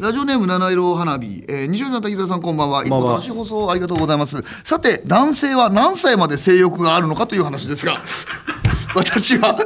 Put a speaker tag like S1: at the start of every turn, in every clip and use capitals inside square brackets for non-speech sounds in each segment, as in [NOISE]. S1: ラジオネーム七色花火、えー、西尾さん滝沢さんこんばんはいつも楽しい放送ありがとうございますさて男性は何歳まで性欲があるのかという話ですが [LAUGHS] 私は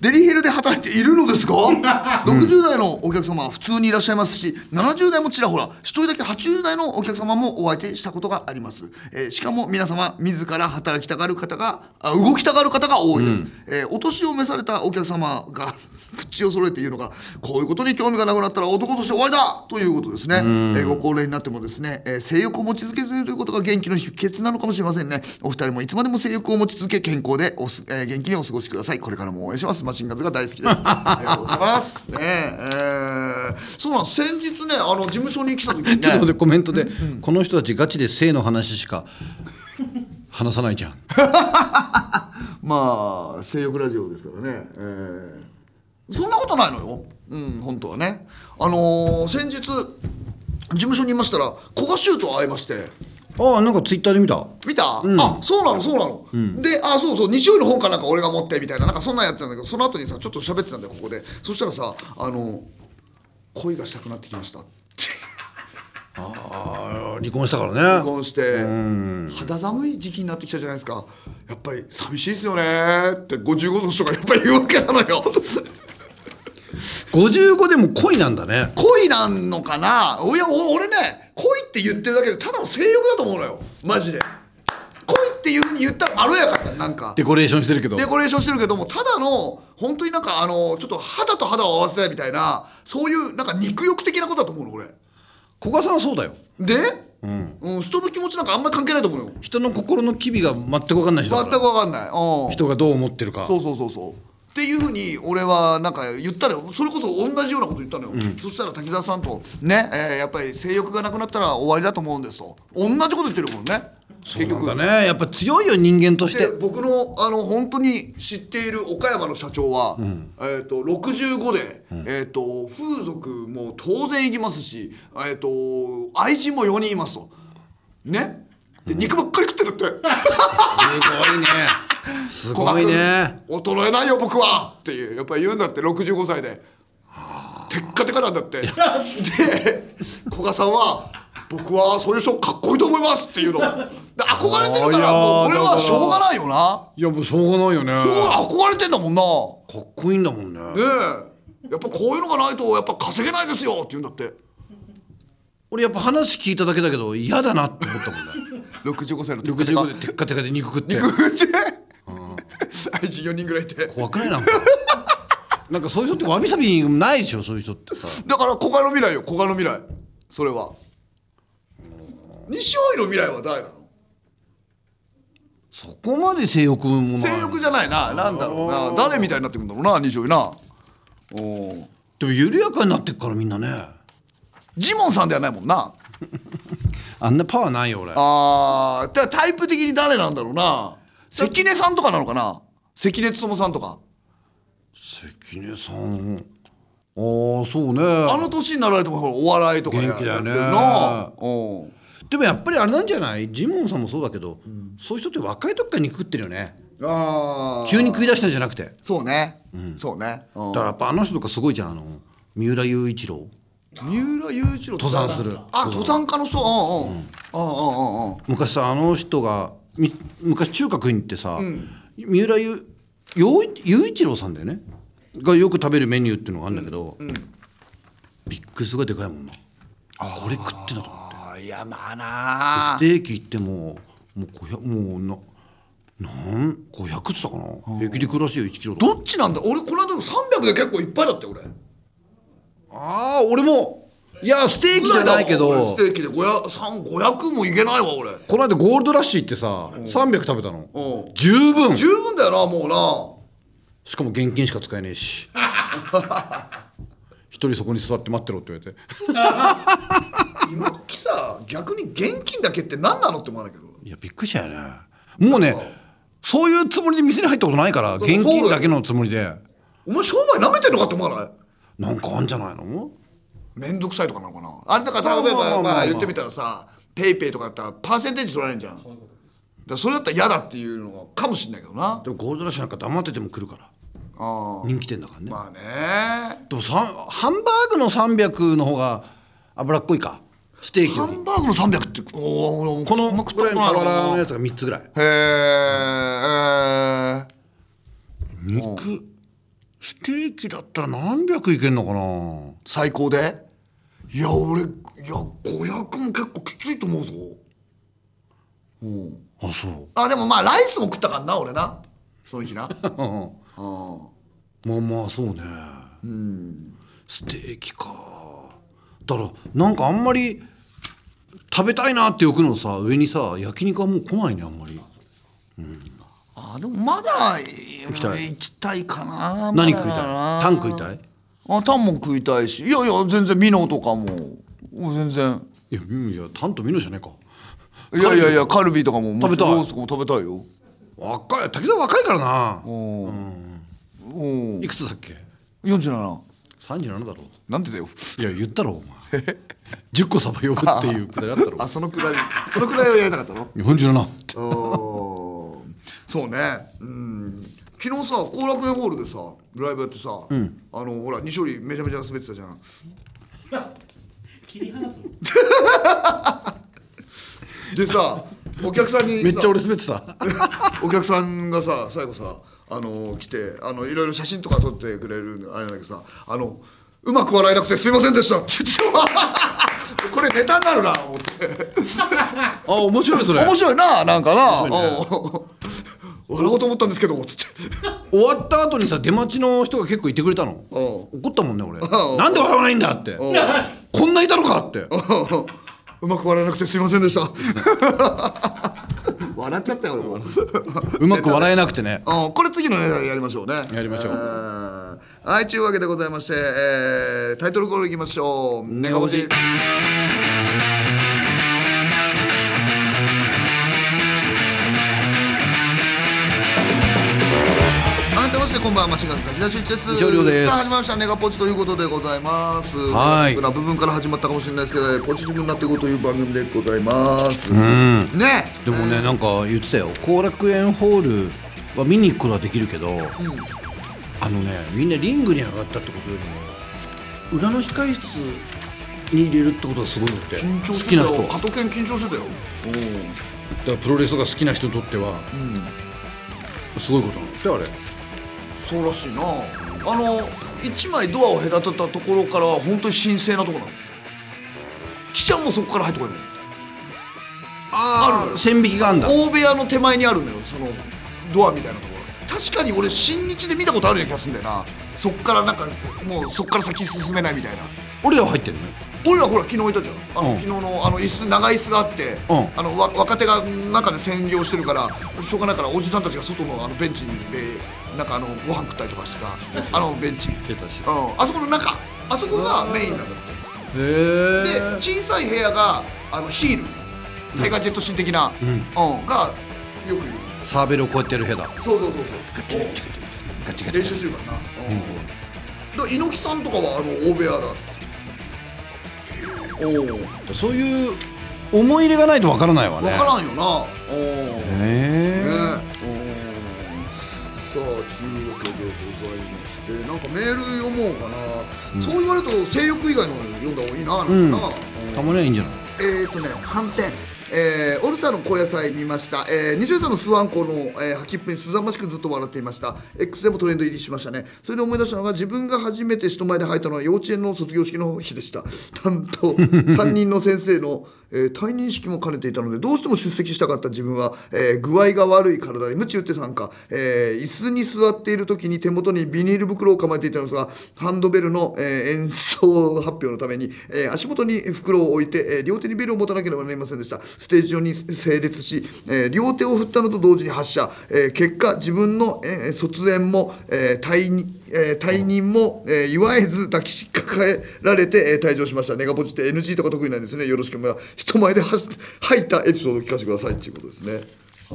S1: デリヘルで働いているのですか60代のお客様は普通にいらっしゃいますし70代もちらほら一人だけ80代のお客様もお相手したことがあります、えーしかも皆様自ら働きたがる方があ動きたがる方が多いです、えーお年を召されたお客様が [LAUGHS] 口を揃えて言うのがこういうことに興味がなくなったら男として終わりだということですね、えーご高齢になってもですね、えー性欲を持ち続けているということが元気の秘訣なのかもしれませんねお二人もいつまでも性欲を持ち続け健康でおす、えー元気にお過ごしくださいこれからも応援しますマシンガンズが大好きですありがとうございますねえーそうなん先日ねあの事務所に来た時に
S2: ちょっと待っ
S1: ね
S2: てコメントで、この人たちガチで性の話しか話さないじゃん。
S1: まあ性欲ラジオですからね、えーそんなことないのようん本当はねあのー先日事務所にいましたら古賀修と会いまして
S2: ああなんかツイッターで見た。
S1: 見た、あそうなのそうなの、であそうそう日曜日の本かなんか俺が持ってみたいななんかそんなんやってたんだけどその後にさちょっと喋ってたんだよここでそしたらさあの恋がしたくなってきました
S2: ああ離婚したから
S1: 結
S2: ね。
S1: 婚して肌寒い時期になってきたじゃないですかやっぱり寂しいですよねって55の人がやっぱり言うわけなのよ
S2: 55でも恋なんだね。
S1: 恋なんのかないやお俺ね恋って言ってるだけでただの性欲だと思うのよマジで恋っていうふうに言ったらまろやかじゃんなんか
S2: デコレーションしてるけど。
S1: デコレーションしてるけどもただの本当になんかあのちょっと肌と肌を合わせたいみたいなそういうなんか肉欲的なことだと思うの俺
S2: 古賀さんはそうだよ。
S1: で、うん人の気持ちなんかあんまり関係ないと思うよ
S2: 人の心の機微が全く分かんない人
S1: 全
S2: だ
S1: く
S2: から。
S1: 分かんない、うん、
S2: 人がどう思ってるか。
S1: そうそうそうそうっていうふうに俺はなんか言ったのよそれこそ同じようなこと言ったのよ、そしたら滝沢さんとね、えーやっぱり性欲がなくなったら終わりだと思うんですと同じこと言ってるもんね結
S2: そう
S1: 局
S2: なんだね。やっぱ強いよ人間とし
S1: で
S2: て。
S1: 僕のあの本当に知っている岡山の社長は、えー、と65で、えー、と風俗も当然行きますし、えー、と愛人も4人いますとねで肉ばっかり食ってるって
S2: すごいね。すごいね。
S1: 小川君衰えないよ僕はっていうやっぱり言うんだって65歳でテッカテカなんだってで古賀さんは「僕はそういう人かっこいいと思います」っていうので憧れてるか
S2: いや
S1: ら
S2: ー
S1: もう俺は
S2: だから
S1: しょうがないよない
S2: やもうしょうがないよね。
S1: そこ
S2: か
S1: は憧れてんだもんな
S2: っこいいんだもんね。
S1: ねえやっぱこういうのがないとやっぱ稼げないですよって言うんだって
S2: 俺やっぱ話聞いただけだけど嫌だなって思ったもんね。
S1: 65歳のテッカテカ
S2: 65でテッカテカで肉食って。
S1: 愛人4人ぐらいいて
S2: 怖くないなんか [LAUGHS] なんかそういう人ってわびさびないでしょそういう人ってさ
S1: だから古賀の未来よ古賀の未来それは西尾井の未来は誰なの
S2: そこまで性欲もない
S1: 性欲じゃないな、なんだろうな、誰みたいになってくんだろうな、西尾な。おー
S2: でも緩やかになってっからみんなね
S1: ジモンさんではないもんな。
S2: あんなパワーないよ俺
S1: ああ、だからタイプ的に誰なんだろうな。関根さんとかなのかな。関根勤さんとか。
S2: 関根さんああそうね
S1: あの年になられてもほらお笑いとか
S2: 元気だよね
S1: やってるな。うん
S2: でもやっぱりあれなんじゃないジモンさんもそうだけど、そういう人って若い時から肉食ってるよね
S1: ああ。
S2: 急に食い出したんじゃなくてだか
S1: そうね。そうね。うん
S2: らやっぱあの人とかすごいじゃんあの三浦雄一郎
S1: 三浦雄一郎
S2: 登山する
S1: あ、登山家の人。うんうん。うんうんうんうん。
S2: 昔さあの人がみ昔中華食いに行ってさ、三浦雄陽一雄一郎さんだよねがよく食べるメニューっていうのがあるんだけど、ビッグスがでかいもんなこれ食ってたと思
S1: ああ、いやまあな
S2: うス。テーキ行ってももう500もうななん500って言ったかな平気で食うらしいよ1キロとか
S1: どっちなんだ。俺この間の300で結構いっぱいだって俺。
S2: ああ俺もいやステーキじゃないけ
S1: 俺ス
S2: ど
S1: テーキで500 3500もいけないわ俺
S2: この間ゴールドラッシー行ってさ300食べたの
S1: うん
S2: 十分
S1: 十分だよなもうな
S2: しかも現金しか使えねえし [LAUGHS] 一人そこに座って待ってろって言われて
S1: 今時さ逆に現金だけって何なのって思わないけど
S2: いやびっくりしたよねもうねそういうつもりで店に入ったことないから
S1: そうだよ
S2: 現金だけのつもりで
S1: お前商売なめてんのかって思わない
S2: なんかあんじゃないの
S1: 面倒くさいとかなのかなあれだから例
S2: ま
S1: え
S2: あまあまあま
S1: ば
S2: あ
S1: まあ言ってみたらさペイペイとかだったらパーセンテージ取られんじゃんだからそれだったら嫌だっていうのがかもしんないけどな
S2: でもゴールドラッシュなんか黙ってても来るから
S1: あ
S2: 人気店だから
S1: ー
S2: ね、
S1: まあね
S2: でもさハンバーグの300の方が脂っこいかステーキ
S1: ハ
S2: より
S1: ンバーグの300っておーあ
S2: こ
S1: んま
S2: の
S1: 食っ
S2: ぐら
S1: た
S2: い
S1: こ
S2: の
S1: とない
S2: 脂の
S1: な
S2: やつが3つぐらい
S1: へえ
S2: 肉ステーキだったら何百いけんのかな
S1: 最高でいや俺いや500も結構きついと思うぞうん
S2: あ [LAUGHS] そう
S1: あでもまあライスも食ったからな俺なその日 [LAUGHS] なあ
S2: まあまあそうねうんステーキかだからなんかあんまり食べたいなって欲のさ上にさ焼肉はもう来ないねあんまり
S1: あでもまだ行
S2: きたい
S1: 行きたいかな
S2: 何食いたい
S1: まだな
S2: タン食いたい
S1: あタンも食いたいしいやいや全然ミノとかももう全然
S2: いやいやタンとミノじゃねえか
S1: いやいやいやカルビとかも
S2: 食べたい
S1: ロースとかも食べたいよ
S2: 若い滝沢若いからな
S1: うん
S2: いくつだっけ
S1: 47
S2: 37だろ
S1: なんでだよ
S2: いや言ったろお前 [LAUGHS] 10個サバ呼ぶって [LAUGHS] いうくだりあったろ
S1: あそのくらいそのくらいはやりたかったの
S2: [LAUGHS] 47って
S1: そうねうん昨日さ後楽園ホールでさライブやってさ、あのほら西織めちゃめちゃ滑ってたじゃん
S3: [LAUGHS] 切り離すの
S1: [LAUGHS] でさお客さんにさ
S2: めっちゃ俺滑って [LAUGHS] た
S1: お客さんがさ最後さあの来てあのいろいろ写真とか撮ってくれるあれなんだけどさあのうまく笑えなくてすいませんでしたって言って [LAUGHS] たこれネタになるな思って
S2: あ面白いそれ
S1: 面白いななんかな、
S2: 面
S1: おう笑おうと思ったんですけどつって
S2: 終わった後にさ出待ちの人が結構いてくれたの怒ったもんね [LAUGHS] 俺
S1: ん
S2: なんで笑わないんだってこんないたのかって
S1: [LAUGHS] うまく笑えなくてすいませんでした [LAUGHS] 笑っちゃったよ俺も
S2: うまく笑えなくてね
S1: うんこれ次のネタでやりましょうね
S2: やりましょ
S1: え
S2: う
S1: ーはいというわけでございまして、えータイトルコールいきましょうネガポジ改めましてこんばんはマシンガンズ滝田修一です
S2: 西尾亮です
S1: さあ始まりましたネガポジということでございます
S2: はい
S1: ポジティブな部分から始まったかもしれないですけどポジティブになっていこうという番組でございます
S2: うん
S1: ね
S2: でもねなんか言ってたよ後楽園ホールは見に行くことはできるけどあのねみんなリングに上がったってことよりも裏の控え室に入れるってことがすごいのって
S1: 緊張
S2: 好
S1: して
S2: き
S1: た
S2: な
S1: よ
S2: 人はだ
S1: 加
S2: か
S1: 藤健緊張してたようん
S2: らプロレスが好きな人にとってはすごいことなんですよあれ
S1: そうらしいなあの一枚ドアを隔てたところからは本当に神聖なとこなの記者もそこから入ってこれない
S2: あ
S1: あ
S2: あ
S1: る
S2: 線引きがあんだ
S1: 大部屋の手前にあるのよそのドアみたいなところ確かに俺新日で見たことあるような気がするんだよなそっからなんかもうそっから先進めないみたいな
S2: 俺らは入ってるね
S1: 俺らほら昨日いたじゃんあの、
S2: うん
S1: 昨日のあの椅子長い椅子があって、
S2: うん
S1: あのわ若手が中で占領してるからしょうがないからおじさんたちが外のあのベンチでなんかあのご飯食ったりとかしてたあのベンチ
S2: てたし
S1: うん、あそこの中あそこがメインなんだっ
S2: へ
S1: てで
S2: え
S1: 小さい部屋があのヒールペガジェット神的な、うん
S2: ん
S1: がよくいる
S2: サーベルをこうやってやる部屋だ
S1: そうそうそうそう
S2: ガチガチ
S1: 練習してるからな、うんだから猪木さんとかはあの大部屋だおお分
S2: そういう思い入れがないとわからないわね
S1: からんよなおおね
S2: へ
S1: え
S2: え
S1: さあ、というわけでございまして、なんかメール読もうかな、そう言われると性欲以外の読んだ方がいいな、
S2: うん
S1: なんかな、うん
S2: たまにはいいんじゃない
S1: えーとね、反転、えーオルサの高野菜見ました、えー、西尾さんのスワンコの、えー、吐きっぷりにすざましくずっと笑っていました X でもトレンド入りしましたねそれで思い出したのが自分が初めて人前で吐いたのは幼稚園の卒業式の日でした [LAUGHS] 担当担任の先生の、えー退任式も兼ねていたのでどうしても出席したかった自分は、えー具合が悪い体に鞭打って参加、えー椅子に座っている時に手元にビニール袋を構えていたのですがハンドベルの、えー演奏発表のために、えー足元に袋を置いて、えー両手にベルを持たなければなりませんでしたステージ上に整列し、えー両手を振ったのと同時に発射、えー結果自分の、えー卒園も、えー退任えー退任も、えー、祝えず抱きかかえられて、えー退場しましたネガポジって NG とか得意なんですねよろしくお願いします人前ではし入ったエピソードを聞かせてくださいっていうことですねあ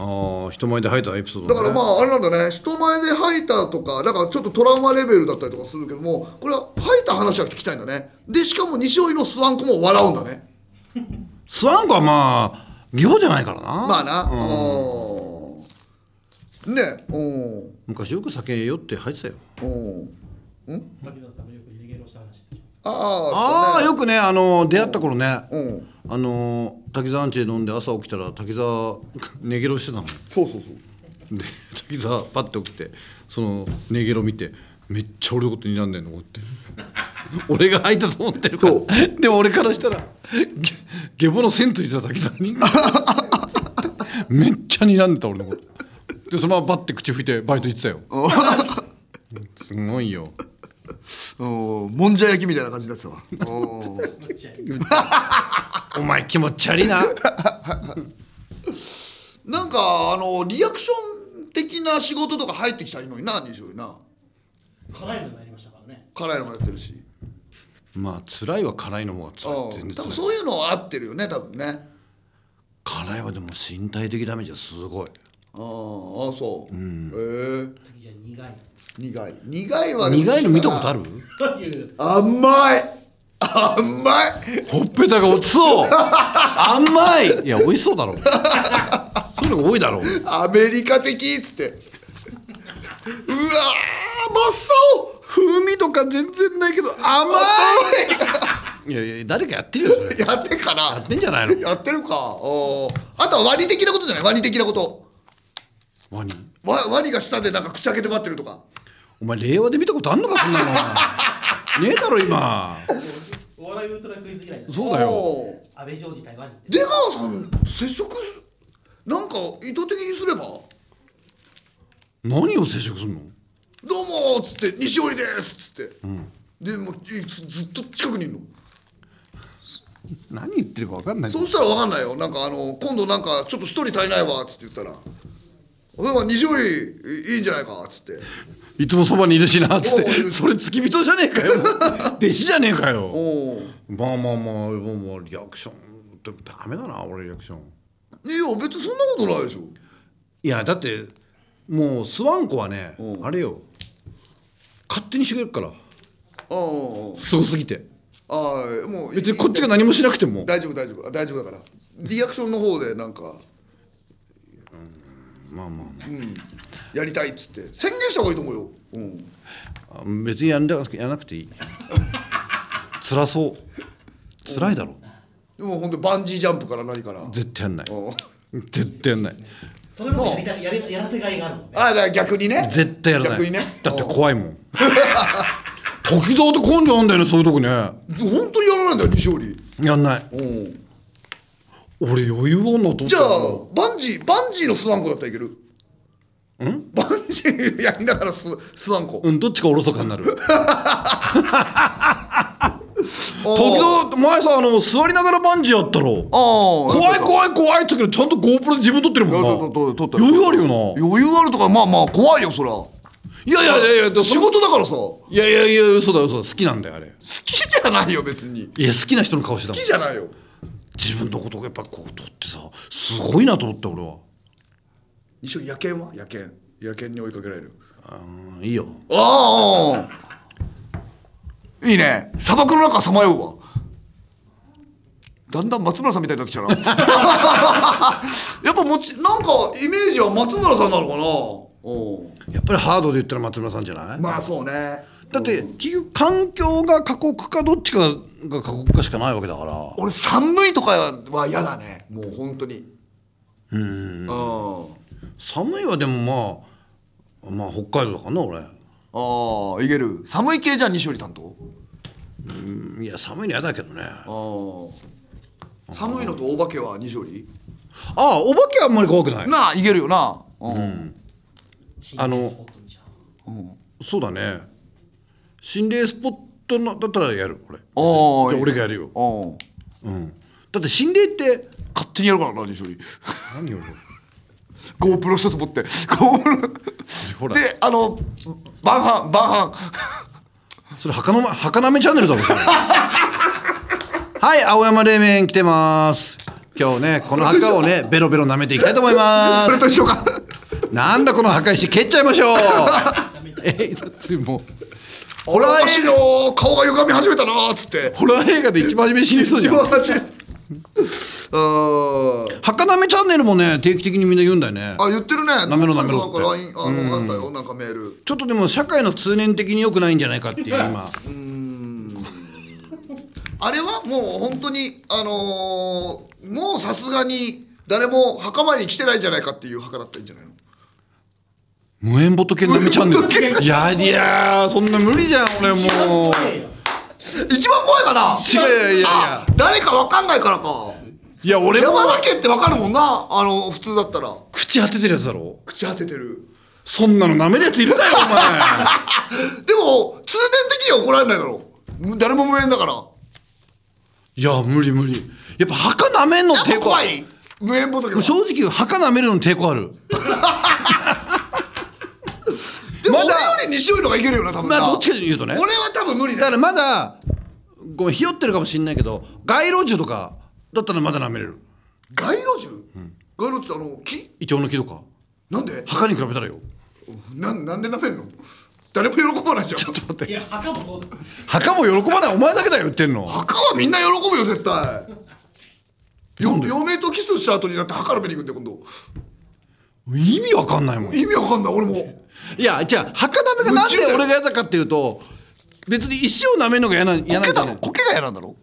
S1: あ
S2: ああ人前で吐いたエピソード
S1: だからま
S2: あ
S1: ああれなんだね人前で吐いたとかだからちょっとトラウマレベルだったりとかするけどもこれは吐いた話は聞きたいんだねでしかも西織のスワンコも笑うんだね
S2: スワンコはまあ技法じゃないからな
S1: まあなうんねうん
S2: 昔よく酒酔って吐いてたよ
S1: うん
S3: 滝沢さんもよく逃げろした話って言ってま
S1: あ
S2: ああよくねあの出会った頃ねあ
S1: そうねうん
S2: の滝沢アンチで飲んで朝起きたら滝沢 [LAUGHS] 寝ゲロしてたの
S1: そうそうそう
S2: で滝沢パッて起きてその寝ゲロ見てめっちゃ俺のこと睨んでんのこうやって俺が吐いたと思ってるから
S1: そ
S2: でも俺からしたらげ下ボの線ついてた滝沢にめっちゃ睨んでた俺のことでそのままバッて口拭いてバイト行ってたよすごいよ
S1: おーもんじゃ焼きみたいな感じだったわおー
S2: お前気持ち悪いな
S1: なんかあのリアクション的な仕事とか入ってきたらいいのにな西尾にな
S3: 辛いのになりましたからね。
S1: 辛いのもやってるし
S2: まあ辛いは辛いの方が
S1: あ
S2: 辛い全
S1: ー
S2: 然
S1: 多分
S2: 辛い
S1: そういうのは合ってるよね多分ね
S2: 辛いはでも身体的ダメージはすごい
S1: あーあーそう、えー
S3: 次じゃ苦い。
S1: 苦い苦いはでも
S2: 苦いの見たことある
S3: という
S1: 甘い甘い
S2: ほっぺたが落ちそう甘いいや美味しそうだろそういうのが多いだろう
S1: アメリカ的っつってうわー真っ青
S2: 風味とか全然ないけど甘いいやいや誰かやってるよそれ
S1: やってっか
S2: や
S1: な
S2: ってんじゃないの
S1: やってるかおーあとはワニ的なことじゃないワニ的なこと
S2: ワニ
S1: ワワニが下でなんか口開けて待ってるとか
S2: お前令和で見たことあんのかそんなのねえだろ今
S3: お笑いウルトラクイズ以来だね。
S2: そうだよ
S1: おー
S3: 安倍ジョージ台湾に行って。
S1: 出川さん接触なんか意図的にすれば
S2: 何を接触するの
S1: 「どうも」っつって「西織です」っつって、でもういずずっと近くにいるの
S2: 何言ってるか分かんない
S1: そうしたら分かんないよなんかあの今度なんかちょっと一人足りないわっつって言ったら「俺は西織いいんじゃないか」っつって
S2: いつもそばにいるしなっつっ
S1: おういる
S2: てそれ付き人じゃねえかよ弟子じゃねえか
S1: お
S2: よ
S1: お
S2: まあまあまあまあまあリアクションでもダメだな俺リアクション
S1: いや別にそんなことないでしょ
S2: いやだってもうスワンコはね
S1: おう
S2: あれよ勝手にしてくれるから
S1: あ
S2: すごすぎて
S1: あああああもう
S2: 別にこっちが何もしなくても
S1: 大丈夫大丈夫あ大丈夫だからリアクションの方でなんか
S2: まあまあ
S1: やりたいっつって宣言した方がいいと思うよ、うん、
S2: まあ別にやんなくてやらなくてい [LAUGHS] い辛そう辛いだろ
S1: でも本当にバンジージャンプから何から
S2: 絶対やんない
S1: おう
S2: 絶対やんない
S3: それもやりたいやりやらせがいがあるもんね。
S1: あだから逆にね
S2: 絶対やらない
S1: 逆にね
S2: だって怖いもん [LAUGHS] 時々って根性あんだよねそういうとこね
S1: 本当にやらないんだよ西織
S2: やんない
S1: うん
S2: 俺余裕あんなと思った
S1: じゃあバンジーバンジーのスワンコだったらいける
S2: ん
S1: バンジーやりながらススワンコ
S2: うんどっちかおろそかになる時
S1: おう
S2: 々前さあの座りながらバンジーやったろ
S1: ああ
S2: 怖い怖い怖いっつうけどちゃんと GoPro で自分撮ってるもんな余裕あるよな
S1: 余裕あるとかまあまあ怖いよそら
S2: いやいやいやいやだ
S1: 仕事だからさ好
S2: いやいやいや嘘だ嘘だ好きなんだよあれ
S1: きじゃないよ別に
S2: いや好きな人の顔してた
S1: 好
S2: もん
S1: きじゃないよ
S2: 自分のことをやっぱこう撮ってさすごいなと思った俺は
S1: 西織野犬は野犬野犬に追いかけられる
S2: あーいいよ
S1: ああいいね砂漠の中さまようわだんだん松村さんみたいになってきたなやっぱもちなんかイメージは松村さんなのかなお
S2: やっぱりハードで言ったら松村さんじゃない、
S1: まあそうね
S2: だって結局環境が過酷かどっちかが過酷かしかないわけだから
S1: 俺寒いとかは嫌だねもう本当にうん
S2: 寒いはでもまあまあ北海道だからな俺
S1: ああいける寒い系じゃん西織担当
S2: うんいや寒いの嫌だけどねあ
S1: ああ寒いのとお化けは西織
S2: あお化けはあんまり怖くない
S1: なあいけるよなうん、
S2: あの
S3: 心霊スポットにじゃ
S2: そうだね心霊スポットのだったらやる俺
S1: おー
S2: じゃあ俺がやるよ、
S1: うん
S2: うん、だって心霊って
S1: 勝手にやるからな [LAUGHS] 西織
S2: 何よ
S1: GoPro 一つ持って
S2: [LAUGHS]
S1: GoPro
S2: ほら
S1: であのバンハンバンハン
S2: [LAUGHS] それ墓のはかなめチャンネルだろそれはい青山冷麺来てます今日ねこの墓をねベロベロ舐めていきたいと思いま
S1: それ
S2: す
S1: と一緒 [LAUGHS] か
S2: なんだこの破壊し蹴っちゃいましょう [LAUGHS] えだってもうホ
S1: 俺
S2: ラ
S1: は
S2: ー
S1: し
S2: 映
S1: いの顔が歪み始めたなっつ
S2: [LAUGHS]
S1: って [LAUGHS]
S2: 画ホラー映画で一番初めに死ぬ人じゃん
S1: 歪み始めうん
S2: はかなめチャンネルもね定期的にみんな言うんだよね
S1: あ言ってるね
S2: なめろなめろ
S1: なんか LINE あのあったよなんかメール
S2: ちょっとでも社会の通念的に良くないんじゃないかっていう今
S1: あれはもう本当にあのーもうさすがに誰も墓参りに来てないんじゃないかっていう墓だったんじゃないの
S2: 無縁仏剣なめチャンネ
S1: [LAUGHS]
S2: ルいやいやーそんな無理じゃん俺もう
S1: 一番怖いかな
S2: 違ういやいやいや
S1: あ誰か分かんないからか
S2: いや俺も
S1: 山田家って分かるもんなあの普通だったら
S2: 口当ててるやつだろ
S1: 朽ち果ててる
S2: そんなの舐めるやついるかよ
S1: [LAUGHS]
S2: お前
S1: でも通年的には怒られないだろう誰も無縁だから
S2: いや無理無理やっぱ墓舐めんの
S1: やっぱ
S2: 抵抗あ
S1: 怖
S2: る
S1: い無縁仏は
S2: 正直墓舐めるのに抵抗ある
S1: でも
S2: ま
S1: 俺
S2: だ
S1: より西尾のがいけるよな多分な
S2: まあどっちかで言うとね
S1: 俺は多分無理
S2: だか
S1: だ
S2: らまだごめんひよってるかもしんないけど街路樹とかだったらまだ舐めれる
S1: 街路樹、街路樹ってあの木
S2: イチョウの木とか
S1: なんで
S2: 墓に比べたらよ
S1: なんなんで舐めんの誰も喜ばないじゃん
S3: いや墓もそうだ
S2: 墓も喜ばないお前だけだよ言ってんの
S1: 墓はみんな喜ぶよ絶対よ嫁とキスした後になって墓の目に行くんで今度
S2: 意味わかんないもん
S1: 意味わかんない俺も
S2: いやじゃあ墓舐めがなんで俺が嫌だかっていうと別に石を舐めるのが嫌な嫌なんだね
S1: 苔が嫌なんだろ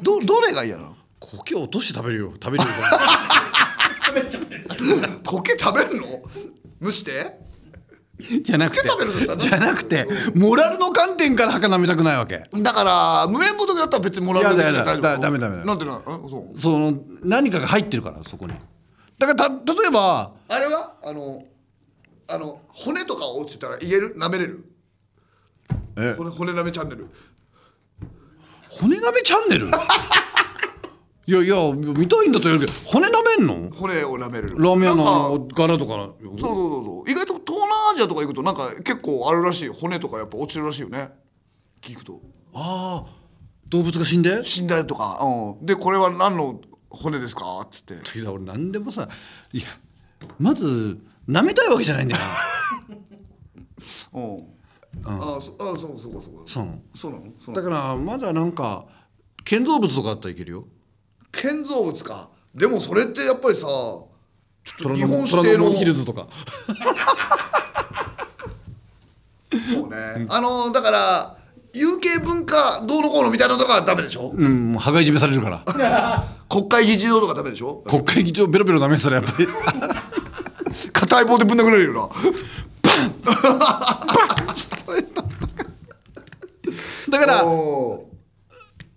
S1: どどれが嫌なの
S2: 苔を落として食べるよ食べるよ
S3: 食べちゃってる
S1: 苔食べるの蒸して
S2: [LAUGHS] じゃなくて
S1: 苔食べるんだった
S2: じゃなくてモラルの観点から墓舐めたくないわけ
S1: だから無縁仏だったら別にもらう
S2: いやいやいやだダメダメダメ
S1: なんてなえそう
S2: その何かが入ってるからそこにだからた例えば
S1: あれはあのあの骨とか落ちてたら言える舐めれる
S2: え
S1: 骨骨舐めチャンネル
S2: 骨舐めチャンネル [LAUGHS] いやいや見たいんだと言うけど骨舐めんの
S1: 骨を舐めれる
S2: ラーメン屋のあ
S1: なんか
S2: の柄とか
S1: そうそうそうそう意外と東南アジアとか行くとなんか結構あるらしいよ骨とかやっぱ落ちるらしいよね聞くと
S2: ああ動物が死んで
S1: 死んだりとか、うん、でこれは何の骨ですかっつって
S2: 滝沢俺何でもさいやまず舐めたいわけじゃない
S1: [LAUGHS]
S2: んだよ
S1: うんあそあそうそうかそうか
S2: そう
S1: そうなのそうな
S2: なだ
S1: の
S2: からまだなんか建造物とかだったらいけるよ
S1: 建造物かでもそれってやっぱりさちょっと
S2: 虎
S1: 日
S2: ノ
S1: 本
S2: 門
S1: 指
S2: 虎
S1: 定
S2: ノ
S1: の
S2: 門ヒルズとか
S1: そうねあのだから有形文化どうのこうのみたいなのとかはダメでしょ
S2: うんもう羽交い締めされ
S1: [LAUGHS]
S2: るから
S1: 国会議事堂とかダメでしょ
S2: 国会議長ベロベロ舐めてたらやっぱり [LAUGHS]
S1: 硬い棒でぶん殴られるよな
S2: だから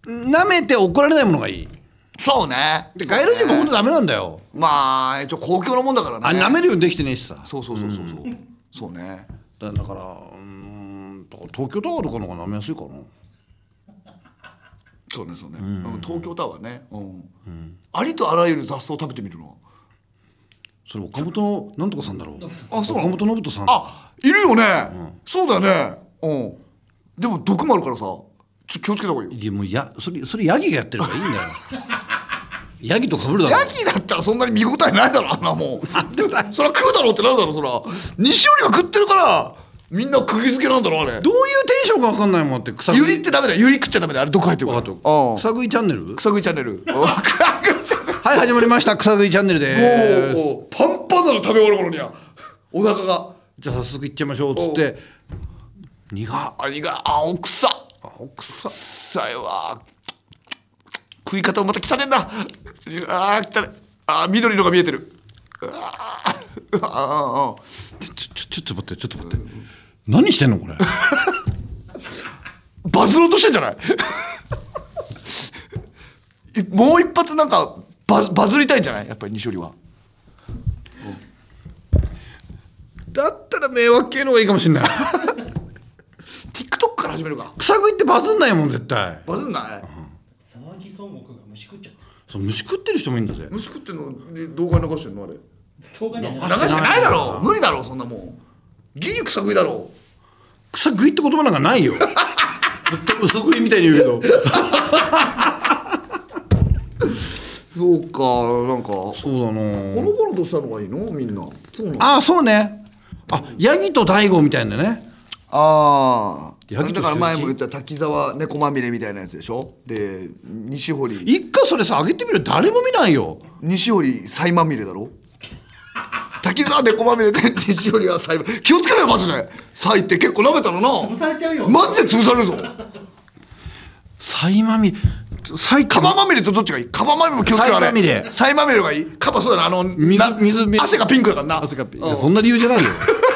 S2: 舐めて怒られないものがいい
S1: そうね
S2: で街路樹もほんとダメなんだよ
S1: まあ一応公共のもんだからね
S2: あれ舐めるようにできてねえしさ
S1: そうそうそうそうそうそうね
S2: だだからうーんと東京タワーとかの方が舐めやすいかな
S1: そうねそうね、うん東京タワーね、うんありとあらゆる雑草を食べてみるの
S2: それ岡本なんとかさんだろう
S1: あそうな
S2: 岡
S1: の
S2: 本信人さん
S1: あいるよね、そうだよねうんでも毒もあるからさちょっと気をつけた方がいいよ
S2: いやもうやそれそれヤギがやってる [LAUGHS] からいいんだよヤギとかぶるだろ
S1: ヤギだったらそんなに見応えないだろあんなもんなんでそら食うだろうってなるだろそら西寄りが食ってるからみんな釘付けなんだろあれ
S2: どういうテンションか分かんないもんだって草
S1: ユリってダメだよユリ食っちゃダメだよあれ毒入ってるから
S2: あと
S1: うん
S2: 草食いチャンネル
S1: 草食いチャンネルうん草食いチャンネル
S2: はい始まりました草食いチャンネルでーす
S1: もうパンパンなの食べ終わる頃にはお腹が
S2: じゃあ早速行っちゃいましょうっつって苦っ
S1: あれが青臭
S2: 青臭
S1: 臭いわ食い方もまた汚ねんなあー汚ねあー緑のが見えてるあーあーあー
S2: ちょちょちょちょっと待ってちょっと待って何してんのこ [LAUGHS] れ
S1: バズろうとしてんじゃない [LAUGHS] いもう一発なんかバズバズりたいんじゃないやっぱり西織は
S2: だったら迷惑系の方がいいかもしんない
S1: TikTok から始めるか
S2: [LAUGHS] 草食いってバズんないもん絶対
S1: バズんない
S3: 沢木孫悟空が虫食っちゃっ
S2: そう虫食ってる人もいいんだぜ
S1: 虫食ってんので動画に流してんのあれ流
S3: た動画には
S2: 流
S1: してないだろ無理だろそんなもんギリ草食いだろ
S2: 草食いって言葉なんか [LAUGHS] ないよずっと嘘食いみたいに言うけ [LAUGHS] ど
S1: そうかなんか
S2: そうだな
S1: ほ
S2: ぁ
S1: のぼのとしたのがいいのみんなそうなの
S2: ああそうねあヤギと大悟みたいなね
S1: ああ
S2: ヤギ
S1: だ
S2: と
S1: から
S2: 周知
S1: 前も言った滝沢猫まみれみたいなやつでしょで西堀
S2: 一回それさ上げてみる誰も見ないよ
S1: 西堀さいまみれだろ滝沢猫まみれで [LAUGHS] 西堀はさいま気をつけろよマジでさいって結構舐めたらな
S3: 潰されちゃうよ
S1: マジで潰されるぞ
S2: サイまみサイ
S1: カバまみれとどっちがいいカバまみれも気をつけろあれ
S2: サイまみれ
S1: サイまみれの方がいいカバそうだなあの
S2: 水
S1: な
S2: 水水
S1: 汗がピンクだからな
S2: 汗がピン
S1: う
S2: いや
S1: ん
S2: そんな理由じゃないよ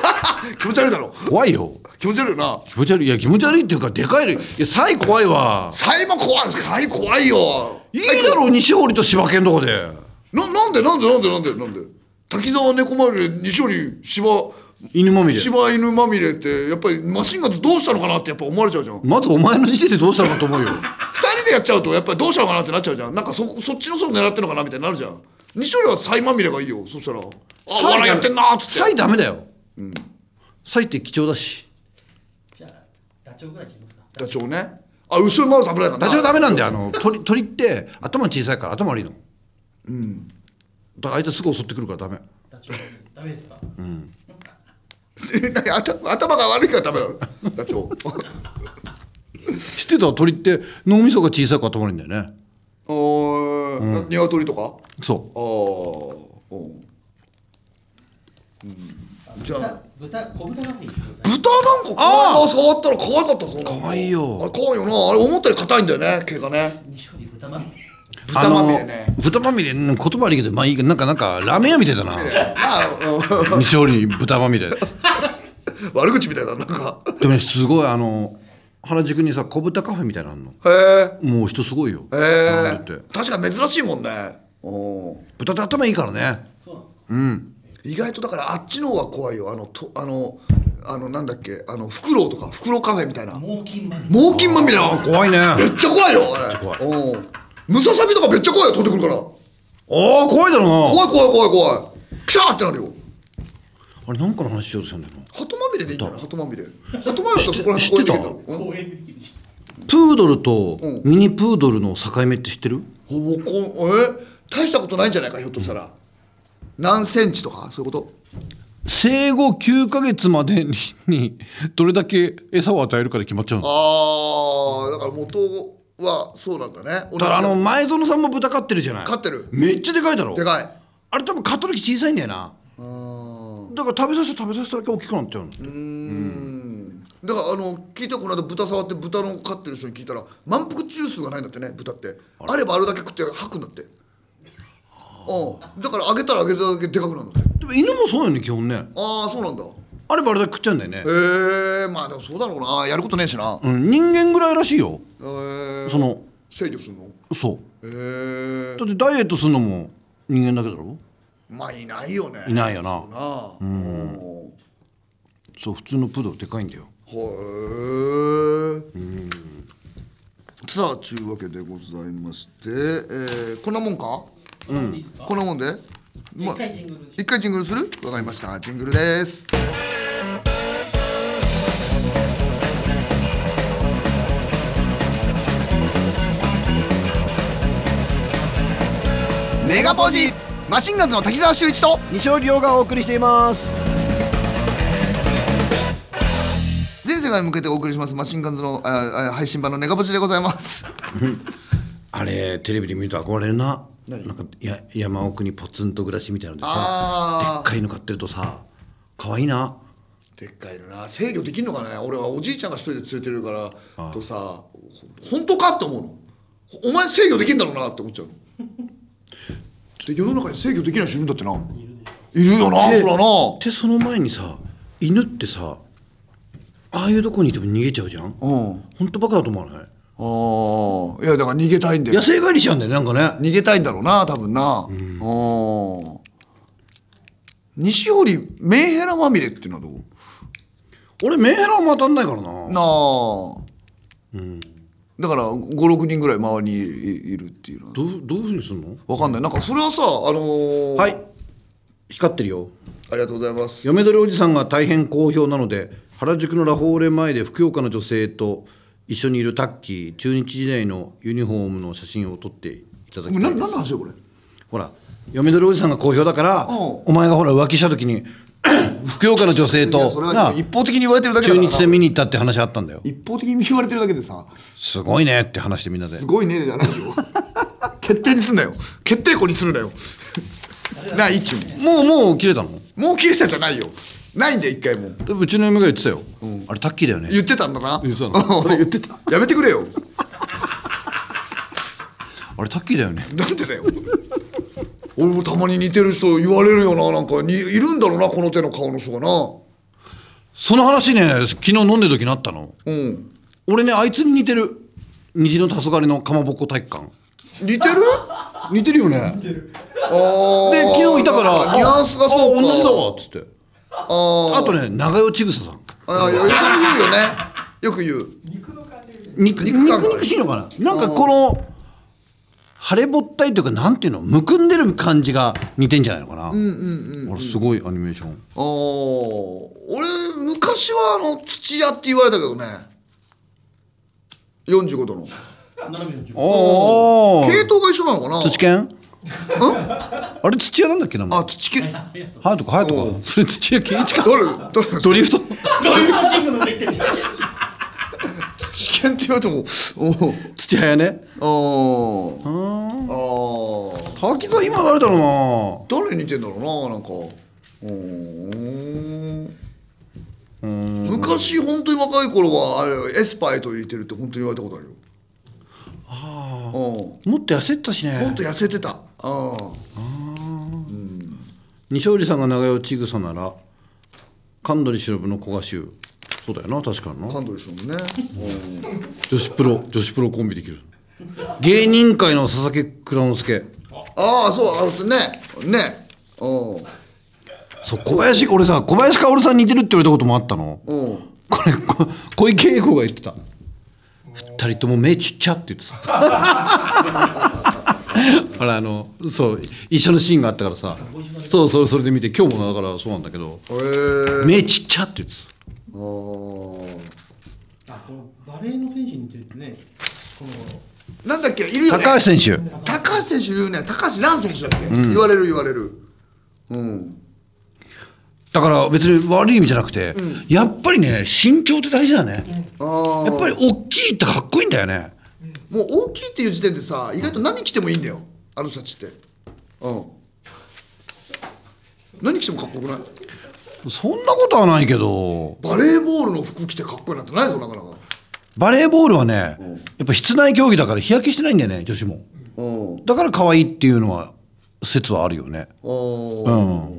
S1: [LAUGHS] 気持ち悪いだろ
S2: 怖いよ
S1: 気持ち悪いよな
S2: 気持ち悪いいや気持ち悪いっていうかでかいのいやサイ怖いわ
S1: サイも怖いサイ怖いよ
S2: いいだろう西堀と柴犬とかで
S1: ななんでなんでなんでなんでなんで滝沢猫まみれ西織芝
S2: 犬まみれ
S1: 柴犬まみれってやっぱりマシンガンズどうしたのかなってやっぱ思われちゃうじゃん
S2: まずお前の時点でどうしたのかと思うよ
S1: 二人でやっちゃうとやっぱりどうしたのかなってなっちゃうじゃんなんかそそっちの層狙ってるのかなみたいになるじゃん西織はサイまみれがいいよそしたらあお笑いやってんなーっつっ
S2: サ
S1: て
S2: イダメだよ、サイって貴重だし
S3: じゃあダチョウぐらいにしますか
S1: ダチョウねあ後ろに回ると危ないからな
S2: ダ
S1: [LAUGHS]
S2: チョウダメなんだよあの鳥鳥って頭小さいから頭悪いのうんだから相手すぐ襲ってくるからダメ
S3: ダチョウダメですか
S1: え何頭頭が悪いからダメなのダチョ
S2: [LAUGHS]
S1: ウ
S2: 知ってた鳥って脳みそが小さいから頭悪いんだよね
S1: おーな鶏とか
S2: そ
S1: あーうんじゃあ
S3: 豚豚小豚なんていいってください
S1: 豚なんかこの間触ったら可愛かったぞ
S2: 可愛いよ
S1: あれ可愛いよなあれ思ったより硬いんだよね毛がね
S3: 西堀豚まみれ
S2: う
S1: 豚まみれね
S2: あの豚まみれうん言葉悪いけどまあいいけどなんかなんかラーメン屋みたいだな
S1: ま [LAUGHS] あうん
S2: 西堀豚まみれで
S1: 悪口みたいだなんか
S2: もねすごいあの原宿にさ小豚カフェみたいなのあんの
S1: へえ
S2: もう人すごいよ
S1: へ
S2: 並んで
S1: え
S2: て
S1: 確かに珍しいもんねうん
S2: 豚って頭いいからね
S3: そうなんですか
S2: うん
S1: 意外とだからあっちの方が怖いよあのとあのあのなんだっけあのフクロウとかフクロウカフェみたいな
S3: 猛禽まみれ
S1: 猛禽まみれなの
S2: 怖いね
S1: めっちゃ怖いよあれ
S2: 怖い
S1: うんムササビとかめっちゃ怖いよ飛んでくるから
S2: ああ怖いだろうな
S1: 怖い怖い怖い怖いキャーってなるよ
S2: あれなんかの話しようとしたんだよな
S1: ハトまみれでいいんじゃないハトまみれハトまみれとそこら辺
S2: 知ってた
S1: こういう時だろ
S3: 公園でできるし
S2: プードルと
S1: うん
S2: ミニプードルの境目って知ってる
S1: ほぼこんえ大したことないんじゃないかひょっとしたら何センチとかそういうこと
S2: 生後9ヶ月までににどれだけ餌を与えるかで決まっちゃうの
S1: ああだから元はそうなんだね
S2: だからあの前園さんも豚飼ってるじゃない
S1: 飼ってる
S2: めっちゃでかいだろ
S1: でかい
S2: あれ多分飼った時小さいんだよな
S1: うーん
S2: だから食べさせて食べさせただけ大きくなっちゃうの
S1: うーんだからあの聞いたこの間豚触って豚の飼ってる人に聞いたら満腹中枢がないんだってね豚ってあればあるだけ食って吐くんだってうんだからあげたらあげただけでかくなるんだって
S2: でも犬もそうよね基本ね
S1: ああそうなんだ
S2: あればあれだけ食っちゃうんだよね
S1: へえまあでもそうだろうなやることねえしな
S2: うん人間ぐらいらしいよ
S1: へー
S2: その
S1: 制御するの
S2: そ
S1: へえ
S2: うだってダイエットするのも人間だけだろ
S1: まあいないよね
S2: いないよな
S1: なあうん
S2: そう普通のプードルでかいんだよ
S1: へえさあちゅうわけでございまして、えー、こんなもんか
S3: そんなもんでいいですか
S1: こんなもんで、ま
S3: 一回ジングル
S1: 一回ジングルするわかりましたジングルですメガポージマシンガンズの滝沢秀一と
S4: 西尾亮がお送りしています
S1: 全世界に向けてお送りしますマシンガンズのああ配信版のネガポジでございます
S2: あれテレビで見ると憧れるななんかや山奥にポツンと暮らしみたいなのでさ
S1: あー
S2: でっかい犬飼ってるとさ可愛いな
S1: でっかいのな制御できんのかね俺はおじいちゃんが一人で連れてるからとさほ本当かって思うのほお前制御できんだろうなって思っちゃうの [LAUGHS] で世の中に制御できない人いるんだってないるよなそ
S2: で
S1: らな
S2: でその前にさ犬ってさああいうとこにいても逃げちゃうじゃん
S1: うん
S2: ほんとバカだと思わない
S1: ああいやだから逃げたいんだよ
S2: 野生狩りしちゃうんだよねなんかね
S1: 逃げたいんだろうな多分なうん西堀メンヘラまみれっていうのはどう
S2: 俺メンヘラはも当たんないから
S1: な
S2: な
S1: あ、だから56人ぐらい周りにいいるっていうのは
S2: どうどういうふうにすんの
S1: わかんないなんかそれはさあのー
S2: はい光ってるよ
S1: ありがとうございます
S2: 嫁取りおじさんが大変好評なので原宿のラフォーレ前で福岡の女性と一緒にいるタッキー中日時代のユニフォームの写真を撮っていただき
S1: な
S2: た
S1: ないんの話だよこれ
S2: ほら嫁取りおじさんが好評だから
S1: うん
S2: お前がほら浮気した
S1: [COUGHS]
S2: 時に福岡の女性
S1: いや
S2: と
S1: それ
S2: な
S1: は一方的に言われてるだけだ
S2: 中
S1: から
S2: 日戦見に行ったって話あったんだよ
S1: 一方的に言われてるだけでさ
S2: すごいねって話してみんなです
S1: ごいねじゃないよ [LAUGHS] 決定にすんなよ決定校にするなよ [LAUGHS] なあ一気に
S2: もうもう切れたの
S1: もう切れたじゃないよないんだよ一回も
S2: でうちの嫁が言ってたよ、あれタッキーだよね
S1: [LAUGHS] 言ってたんだな
S2: 言ってたの
S1: やめてくれよ
S2: あれタッキーだよね
S1: なんでだよ俺もたまに似てる人言われるよななんかにいるんだろうなこの手の顔の人がな
S2: その話ね昨日飲んでる時にあったの
S1: うん
S2: 俺ねあいつに似てる虹の黄昏のかまぼっこ体育館
S1: 似てるあ
S2: 似てるよね
S1: あ
S2: で昨日いたから
S1: ニュアンスがそうか
S2: あ同じだわっつって
S1: あ
S2: あ
S1: あ
S2: とね長代千草さん
S1: あいやそれ言うよねよく言う
S3: 肉の感じで
S2: 肉肉
S1: 肉感が
S2: 肉しいのかななんかこの腫れぼったいというかなんていうのむくんでる感じが似てんじゃないのかな、
S1: うんうんうん
S2: 俺すごいアニメーション
S1: ああ俺昔はあの土屋って言われたけどね45度の
S3: 斜めの順
S2: あ
S1: 系統が一緒なのかな
S2: あ土犬あれ土屋なんだっけな
S1: あ土系誰
S2: はやとかはやと
S1: お
S2: かそれ土屋圭一か
S1: 誰
S2: ドリフト
S3: ドリフトキングのめっちゃ近い
S1: 土系って言われてもおう
S2: 土屋ね
S1: あー
S2: うーん
S1: あー
S2: 滝沢今誰だろうな
S1: 誰に似てんだろうななんかうーん
S2: うーん
S1: 昔本当に若い頃はあれエスパイと似てるって本当に言われたことあるよ
S2: あ
S1: う
S2: ーもっと痩せてたし
S1: ん本
S2: ね
S1: 当痩せてたああ
S2: 西織さんが長代千草なら神取忍の古賀衆そうだよな確かにな
S1: 感動ですもんね
S2: 女子プロ女子プロコンビできる芸人界の佐々木蔵之介
S1: ああそうあのねねうん
S2: そう小林俺さ小林薫さん似てるって言われたこともあったの
S1: うん
S2: これこ小池栄子が言ってた二人とも目ちっちゃって言 [LAUGHS] ってたほらあのそう一緒のシーンがあったからさそうそうそれで見て今日もだからそうなんだけど
S1: へえ
S2: 目ちっちゃって言ってた
S1: あー
S3: あこのバレーの選手に似てるってねこの頃
S1: なんだっけいるよね
S2: 高橋選手
S1: 高橋選手言うね高橋蘭選手だっけ、言われる言われるうん
S2: だから別に悪い意味じゃなくて、やっぱりね身長って大事だね、
S1: ああ
S2: やっぱり大きいってかっこいいんだよね
S1: もう大きいっていう時点でさ意外と何着てもいいんだよあの人たちってうん何着てもかっこよくない
S2: そんなことはないけど
S1: バレーボールの服着てかっこいいなんてないぞなかなか
S2: バレーボールはね、やっぱ室内競技だから日焼けしてないんだよね女子も
S1: うん
S2: だから可愛いっていうのは説はあるよねう
S1: ああ
S2: ん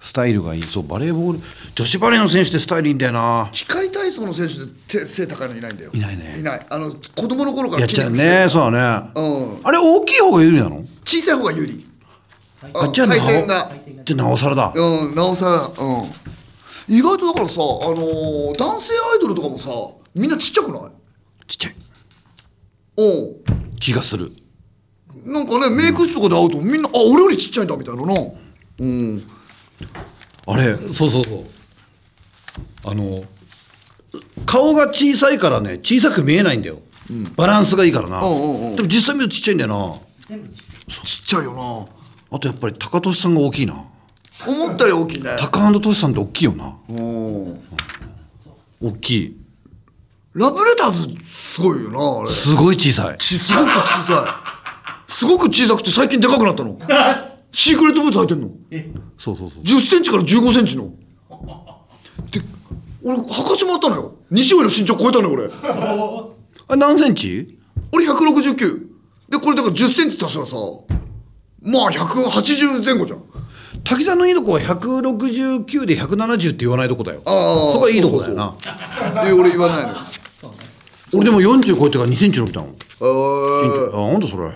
S2: スタイルがいいそうバレーボール女子バレーの選手ってスタイルいいんだよな
S1: 機械体操の選手で手背高いのいないんだよ
S2: いないね
S1: いないあの子供の頃から
S2: やっちゃう
S1: 筋肉
S2: ねそうだね、
S1: うん
S2: あれ大きい方が有利なの
S1: 小さい方が有利
S3: はい
S1: あ
S2: あじゃあな
S1: 回
S2: お
S1: 転が
S2: じゃあなおさらだ、
S1: うんなおさらうん意外とだからさ、あのー男性アイドルとかもさみんなちっちゃくない
S2: ちっちゃい
S1: うん
S2: 気がする
S1: なんかねメイク室とかで会うとみんなあ俺よりちっちゃいんだみたいななうん
S2: あれそうそうそうあの顔が小さいからね小さく見えないんだよ、バランスがいいからな、
S1: うんうんうん
S2: でも実際見るとちっちゃいんだよな
S3: 全部ちっ
S1: ちっちゃいよな
S2: あとやっぱり高俊さんが大きいな
S1: 思ったより大きいね
S2: 高俊さんって大きいよな
S1: うん
S2: 大きい
S1: ラブレターズすごいよなあれ
S2: すごい小さい
S1: ちすごく小さいすごく小さくて最近でかくなったのシークレットブーツ履いてんの
S3: え
S2: そうそうそう
S1: 1 0ンチから1 5ンチので俺墓地もあったのよ西森の身長超えたのよ俺
S2: あ何センチ
S1: 俺169でこれだから1 0ンチ足したらさまあ180前後じゃん
S2: 滝沢のいいとこは169で170って言わないとこだよ
S1: あー
S2: そこはいいとこだよな
S1: で俺言わないのよ
S3: そうね
S2: 俺でも40超えてから2センチ伸びたの
S1: えー、
S2: あなんだそれ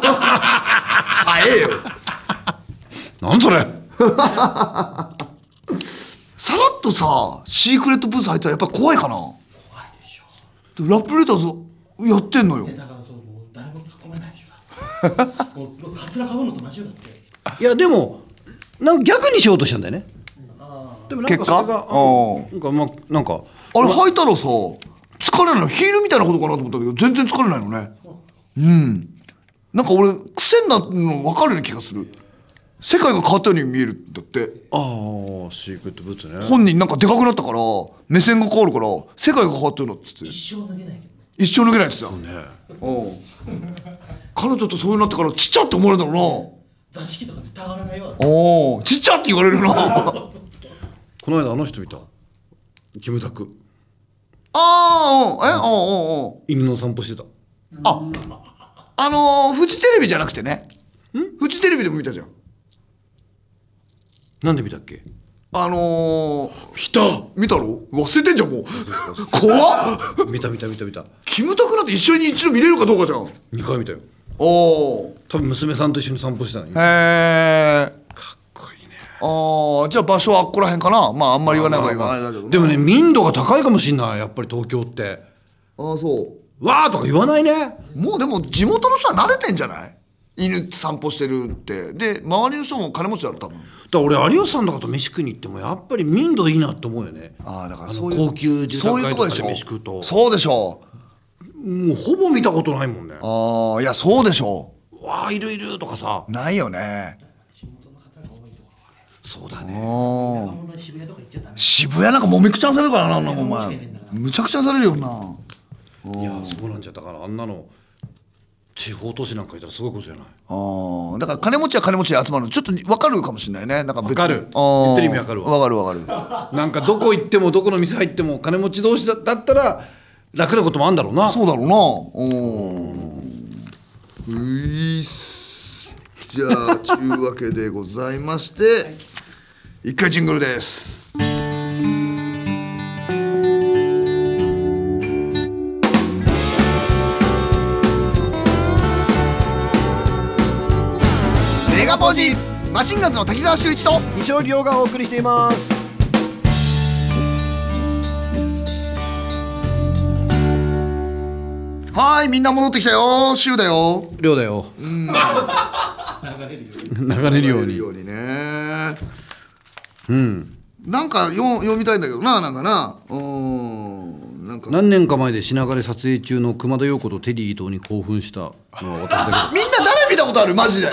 S1: 早えよ
S2: なんそれ
S1: さらっとさシークレットブース入ったらやっぱり怖いかな怖いでしょラップレターズやってんのよ
S3: だからそうもう誰も突っ込めないでしょもうカツラかぶるのと同じよだって
S2: いやでもなんか逆にしようとしたんだよね
S3: あ
S2: でもなんか
S1: 結果
S2: それが
S1: うん
S2: なんかまあなんか
S1: あれ履いたらさ疲れないのヒールみたいなことかなと思ったけど全然疲れないのねうんなんか俺癖になるの分かるような気がする世界が変わったように見えるんだって
S2: ああシークレットブーツね
S1: 本人なんかでかくなったから目線が変わるから世界が変わったようなっつって
S3: あ一生脱げないけどね
S1: 一生脱げないっつってた
S2: ね
S1: うん彼女とそういうのになってからちっちゃって思われるんだろ
S3: 座敷とか絶対上がらないよ
S1: うなおーちっちゃって言われるな
S3: [LAUGHS]
S2: この間あの人見たキムタク
S1: ああ、うん、え、うん、うん、うん。
S2: 犬の散歩してた
S1: あ、あのーフジテレビじゃなくてねフジテレビでも見たじゃん
S2: なんで見たっけ
S1: あのー
S2: 見た
S1: 見たろ忘れてんじゃんもう怖っ
S2: 見た見た見た見た
S1: キムタクなんて一緒に一度見れるかどうかじゃん
S2: 2回見たよ
S1: おお
S2: 多分娘さんと一緒に散歩してたのにかっ
S1: へえ
S2: こいいね
S1: ああじゃあ場所はあっこらへんかなまああんまり言わない方がいいかなあれだけど
S2: でもね民度が高いかもしんないやっぱり東京って
S1: ああそう
S2: わーとか言わないね
S1: もうでも地元の人は慣れてんじゃない犬散歩してるってで周りの人も金持ちだろ多分
S2: だから俺有吉さんとかと飯食いに行ってもやっぱり民度いいなって思うよね
S1: ああだから
S2: の
S1: そういう
S2: 高級住
S1: そう
S2: 宅
S1: いうと
S2: 街と
S1: こ
S2: か
S1: で
S2: で
S1: し
S2: 飯食うと
S1: ょそうでしょ
S2: もうほぼ見たことないもんね
S1: うああいやそうでしょ
S2: わあいるいるとかさ
S1: うないよね
S2: そうだ
S1: う
S2: ね
S1: ん
S3: 若者に渋谷とか行っちゃダメ
S1: 渋谷なんかもみくちゃんされるからなあんなもんお前むちゃくちゃされるよない
S2: やそうなんじゃだからあんなの地方都市なんかいたらすごいことじゃない
S1: あーだから金持ちは金持ちで集まるのちょっと分かるかもしれないねなんか別に
S2: わかる
S1: あー
S2: 言ってる意味わかるわ
S1: わかるわかる
S2: なんかどこ行ってもどこの店入っても金持ち同士だだったら楽なこともあんだろうな
S1: そうだろうなうんういっすじゃあちゅうわけでございまして一回ジングルですメガポージマシンガンズの滝沢秀一と
S4: 西尾亮がお送りしています
S1: はーいみんな戻ってきたよシュウだよ
S2: 量だよ
S3: 流れるよ
S2: 流れるように
S1: ようにね
S2: うん
S1: なんか読読みたいんだけどななんかなうーんなんか
S2: 何年か前で品川で撮影中の熊田曜子とテリー伊藤に興奮したのは私だ
S1: みんな誰見たことあるマジで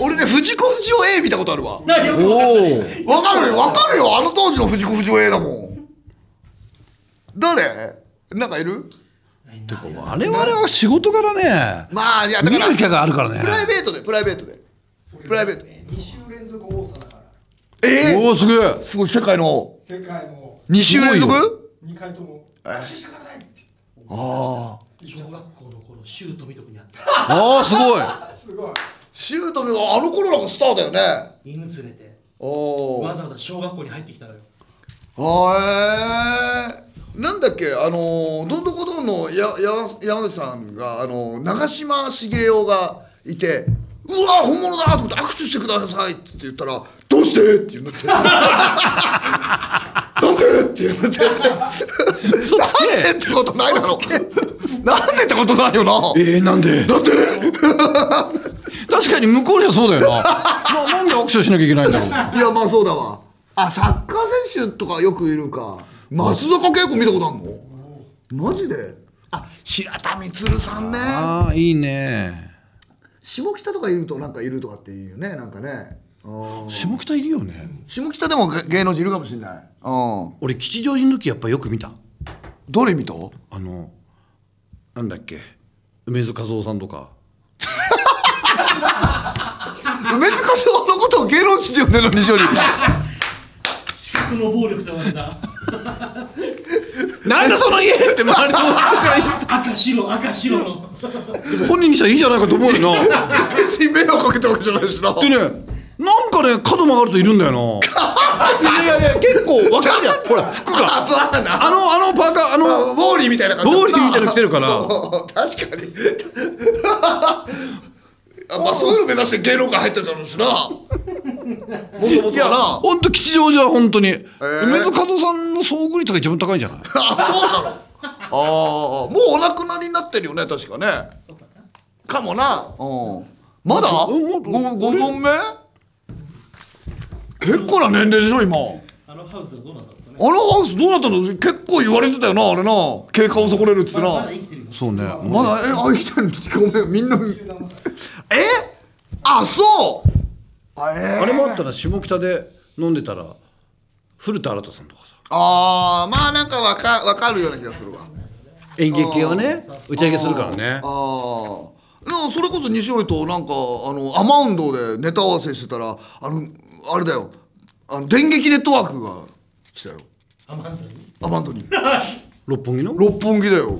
S1: 俺ね藤子不二雄 A 見たことあるわ
S3: なよ
S2: け
S3: く
S2: ど
S3: わかんない
S2: お
S1: わかるよ
S2: お
S1: わかるよあの当時の藤子不二雄 A だもん誰なんかいる
S2: てか我々は仕事柄ね
S1: まあいやだ
S2: 見
S1: から
S2: る
S1: プ
S2: 気があるからね
S1: ライベートでプライベートでプライベート
S3: 2週連続王さだから
S1: え
S2: おおすげえ
S1: すごい世界の
S3: 世界も
S1: 2週連
S2: すごい
S1: 続
S3: 2回とも「出資してください」って言って
S1: ああ
S3: 小学校の頃シュート見とくにあ
S1: [LAUGHS]
S3: った
S2: ああすごい
S3: すごい
S1: シュートもあの頃なんかスターだよね
S3: 犬連れて
S1: おお
S3: わざわざ小学校に入ってきたのよ
S1: あえー、なんだっけあのーどんどこどんのやや山口さんがあのー長嶋茂雄がいて「うわー本物だ!」と思って「握手してください」って言ったら「どうして?」って言うなって「なんで?」って言うなって「なんで?」ってことないだろなんでってことないよな
S2: えー、なんでだって確かに向こうではそうだよなななんで握手をしなきゃいけないんだろう
S1: いやまあそうだわあサッカー選手とかよくいるか松坂慶子見たことあんのマジであ平田充さんね
S2: ああいいね
S1: 下北とかいるとなんかいるとかっていうよねなんかねうん
S2: 下北いるよね
S1: 下北でも芸芸能人いるかもしれないうん
S2: 俺吉祥寺の時やっぱよく見た
S1: どれ見た
S2: あのなんだっけ梅津和夫さんとか
S1: 梅塚さんのことを芸能人って呼んでるのにより
S3: 視覚の暴力と呼んだ
S2: なんだその家って周りの人が言
S3: 赤白赤白の
S2: って本人にしたらいいじゃないかと思うよな [LAUGHS]
S1: 別に迷惑かけたわけじゃないし [LAUGHS] な
S2: でねなんかね角曲がるといるんだよないやいやいや結構わかるじゃんほら服が
S1: あバーナー
S2: あのあのパーカーあ
S1: あ
S2: の
S1: ウォーリーみたいな感じ
S2: ウォーリーみたいなの着てるから
S1: [LAUGHS] 確かに [LAUGHS] あまあそういうの目指して芸能界入ってたのしなもともと
S2: いや
S1: は
S2: 本当吉祥寺は本当に、梅津和夫さんの総合率が一番高いんじゃない
S1: なあそうなのああもうお亡くなりになってるよね確かねかもなうんまだご
S2: うん
S1: ご存命結構な年齢でしょ今
S3: あのハウスはどうなったんですかね
S1: あのハウスどうなったの結構言われてたよなあれな経過を損ねるっつって
S3: ま
S1: な、
S3: まだ生きてるよ
S2: そうね
S1: まだえあ生きてるごめんみんなえあそうあえー
S2: あれもあったら下北で飲んでたら古田新太さんとかさ
S1: あーまあなんかわかわかるような気がするわ
S2: 演劇系はね打ち上げするから
S1: あ
S2: ね
S1: あでもそれこそ西織となんかあのアマウンドでネタ合わせしてたらあのあれだよあの電撃ネットワークが来たよ
S3: アマンダに
S1: アマウンドに
S2: 六本木の
S1: 六本木だよ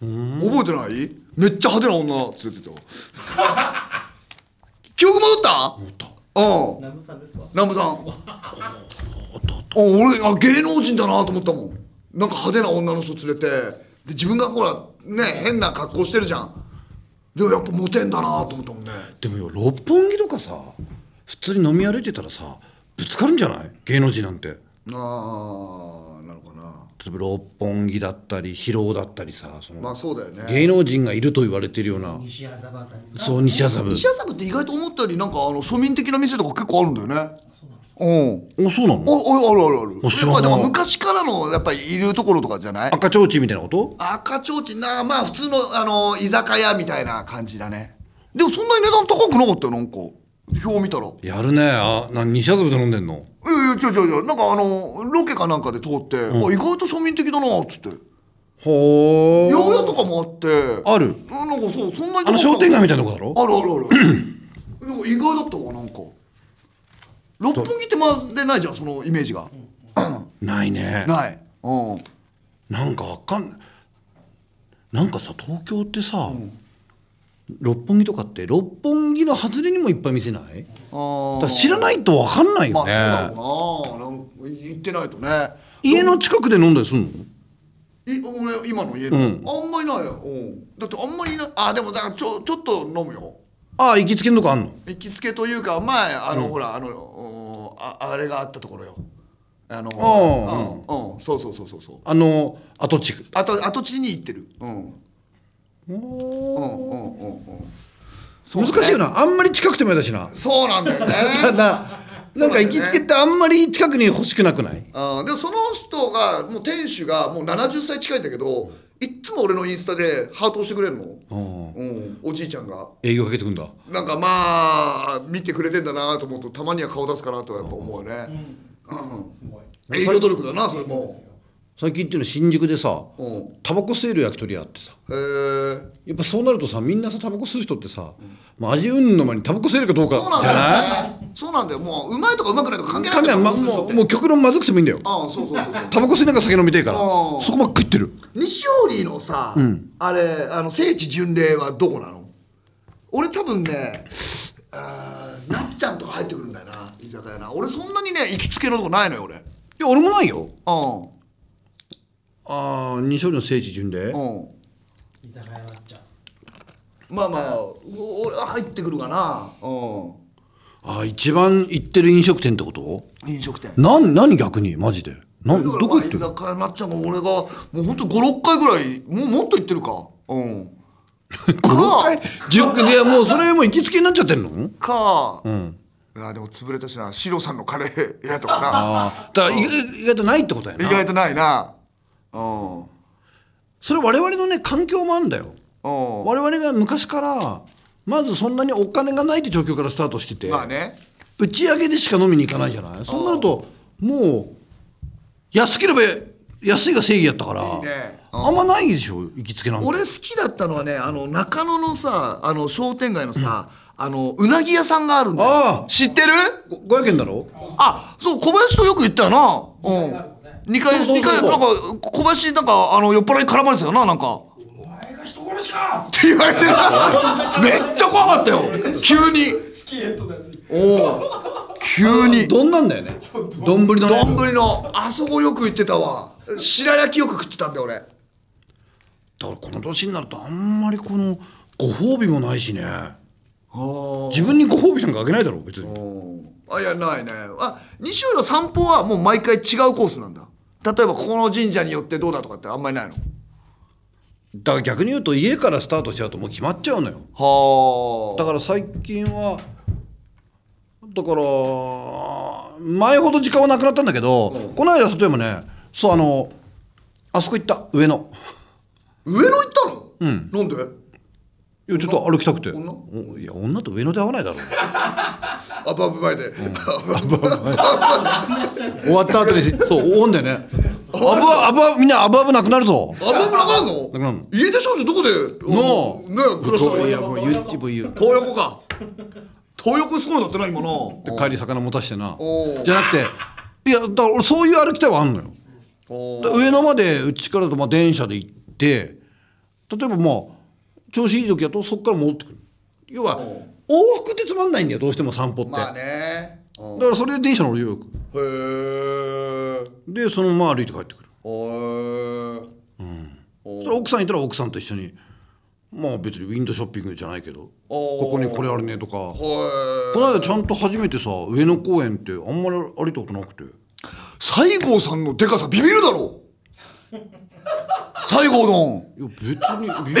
S1: 覚えてないめっちゃ派手な女連れてた [LAUGHS] 記憶戻った戻ったああ
S3: 南部さんですか
S1: 南部さんあ俺あ芸能人だなと思ったもんなんか派手な女の人連れてで自分がほらね変な格好してるじゃんでもやっぱモテんだなと思ったもんね
S2: でもよ六本木とかさ普通に飲み歩いてたらさぶつかるんじゃない芸能人なんて例
S1: ああなのかな
S2: えば六本木だったり広尾だったりさその、
S1: まあそうだよね
S2: 芸能人がいると言われてるような
S3: 西麻布あたりですか
S2: そう西麻布
S1: 西麻布って意外と思ったよりなんかあの庶民的な店とか結構あるんだよねうん
S2: おそうなの
S1: おおあるあるある
S2: お知らない
S1: やっぱでも昔からのやっぱりいるところとかじゃない
S2: 赤ちょうちんみたいなこと
S1: 赤ちょうちんなまあ普通のあの居酒屋みたいな感じだねでもそんなに値段高くなかったよなんか表見たらい
S2: やるねあな西麻布で飲んでんの
S1: やいや違う違う違うなんかあのロケかなんかで通って、あ意外と庶民的だなっつって
S2: ほ
S1: 八
S2: ー
S1: 百屋とかもあって
S2: ある
S1: ななんかそうそんなに
S2: あの商店街みたい
S1: な
S2: なとこだろ
S1: あるあるある [CLEARS THROAT] なんか意外だったわなんか六本木ってまるでないじゃんそのイメージが、
S2: ないね
S1: ないうん
S2: なんかあかんなんかさ東京ってさ、六本木とかって六本木の外れにもいっぱい店ないだ
S1: あ
S2: から知らないとわかんない
S1: まあ
S2: よ
S1: そうだろうな
S2: ね、
S1: なん行ってないとね
S2: 家の近くで飲んだりするの
S1: い俺今の家の、あんまりないよ、うん、だってあんまりいないあでもだからちょちょっと飲むよ
S2: ああ行きつけのとこあんの
S1: 行きつけというか前あの、ほらあのおああれがあったところよあの
S2: あ
S1: うん、うんそうそうそうそうそう
S2: あの跡地区
S1: あと跡地に行ってるうんうんうんうんうんそうね
S2: 難しいよなあんまり近くてもやだしな
S1: そうなんだよ [LAUGHS] ね
S2: だななんか行きつけってあんまり近くに欲しくなくない
S1: あーでもその人がもう店主がもう70歳近いんだけどいっつも俺のインスタでハートをしてくれるの、うん、おじいちゃんが
S2: 営業かけてくんだ
S1: なんかまあ見てくれてんだなと思うとたまには顔出すかなとはやっぱ思うよね、
S3: すごい
S1: うん、営業努力だなそれも
S2: 最近っていうのは新宿でさ
S1: うん
S2: タバコ吸える焼き鳥屋あってさ
S1: へえ
S2: やっぱそうなるとさみんなさタバコ吸う人ってさ、まあ、味うんの前にタバコ吸えるかどうか
S1: そうなん
S2: じゃない
S1: だよねそうなんだよもううまいとかうまくないとか関係ない
S2: 考
S1: んだ
S2: え
S1: よ
S2: ま
S1: そういう人
S2: も
S1: っ
S2: う
S1: て
S2: もう極論まずくてもいいんだよ
S1: ああそうそうそうそう
S2: タバコ吸いながら酒飲みてえから
S1: あー
S2: そこばっか言ってる
S1: 西織のさ、あれあの聖地巡礼はどこなの俺多分ねあーなっちゃんとか入ってくるんだよな居酒屋な俺そんなにね行きつけのとこないのよ俺
S2: いや俺もないよ
S1: う
S2: ああ二勝利の聖地巡
S1: ん
S2: 礼
S1: うん
S3: 居酒屋なっちゃう
S1: まあまあお俺は入ってくるかなう
S2: ああ一番行ってる飲食店ってこと
S1: ん飲食店
S2: なん何逆にマジでな
S1: だ
S2: ん
S1: から
S2: どこ行ってる
S1: まあ居酒屋なっちゃんが俺がもうほんと56回ぐらいもうもっと行ってるか
S2: [LAUGHS]
S1: うん
S2: 56回10回いやもうそれもう行きつけになっちゃってんの
S1: か、
S2: ん
S1: いやでも潰れたしなシロさんのカレー屋とかな
S2: ああだから意外意外とないってことや
S1: 意
S2: な
S1: 外とないなうんうん
S2: それ我々のね環境もあるんだよ我々が昔からまずそんなにお金がないって状況からスタートしてて、
S1: まあね
S2: 打ち上げでしか飲みに行かないじゃないそうなるともう安ければ安いが正義やったから
S1: いいねうん
S2: あんまないでしょ行きつけなんて
S1: 俺好きだったのはねあの中野のさあの商店街のさ、あのうなぎ屋さんがあるんだよ
S2: ああ
S1: 知ってる
S2: ご500円だろ
S1: あそう小林とよく言ったよなうん2
S2: そう
S1: 回
S2: そう
S1: 二回
S2: そう
S1: なんか小林なんかあの酔っ払いに絡まれてたよななんか
S3: お前が人殺しか
S1: って言われてめ
S3: [LAUGHS]
S1: っちゃ怖かった
S2: [LAUGHS]
S1: よ急に
S3: スキンヘッドのやつに
S1: おお急に
S2: 丼なんだよね丼のね
S1: 丼のあそこよく行ってたわ白焼きよく食ってたんだよ俺
S2: だからこの年になるとあんまりこのご褒美もないしね
S1: あ
S2: 自分にご褒美なんかあげないだろ別に
S1: あいやないねあ西尾の散歩はもう毎回違うコースなんだ例えばここの神社によってどうだとかってあんまりないの
S2: だから逆に言うと家からスタートしちゃうともう決まっちゃうのよ
S1: は
S2: だから最近はだから前ほど時間はなくなったんだけど、この間例えばねそうあのあそこ行った上野
S1: 上野行ったのうんなんで
S2: いやちょっと歩きたくて
S1: 女
S2: おいや女と上野で会わないだろ
S1: アバブ前で、 [LAUGHS]
S2: 終わった後にそう思うんだよねあぶあぶあぶみんなあぶあぶなくなるぞ
S1: アバブなかんの
S2: なくなるの
S1: 家出少女どこで
S2: の
S1: ね暮らしたの
S2: いやもう言っても言う
S1: 東横か東横すごいなってな今な
S2: で帰り魚持たしてな
S1: おう
S2: じゃなくていやだから俺そういう歩きたいはあんのよ
S1: おー
S2: で上野までうちからだとまあ電車で行って例えばまあ調子いい時だとそこから戻ってくる要は往復ってつまんないんだよどうしても散歩って、
S1: まあね
S2: だからそれで電車乗るよよく
S1: へえ
S2: でそのまま歩いて帰ってくる
S1: おー
S2: そしたら奥さんいたら奥さんと一緒にまあ別にウィンドショッピングじゃないけど
S1: おー
S2: ここにこれあるねとか
S1: へ
S2: こ
S1: え
S2: の間ちゃんと初めてさ上野公園ってあんまり歩いたことなくて
S1: 西郷さんのでかさビビるだ
S2: [LAUGHS]
S1: ろ西郷の
S2: いや別に 見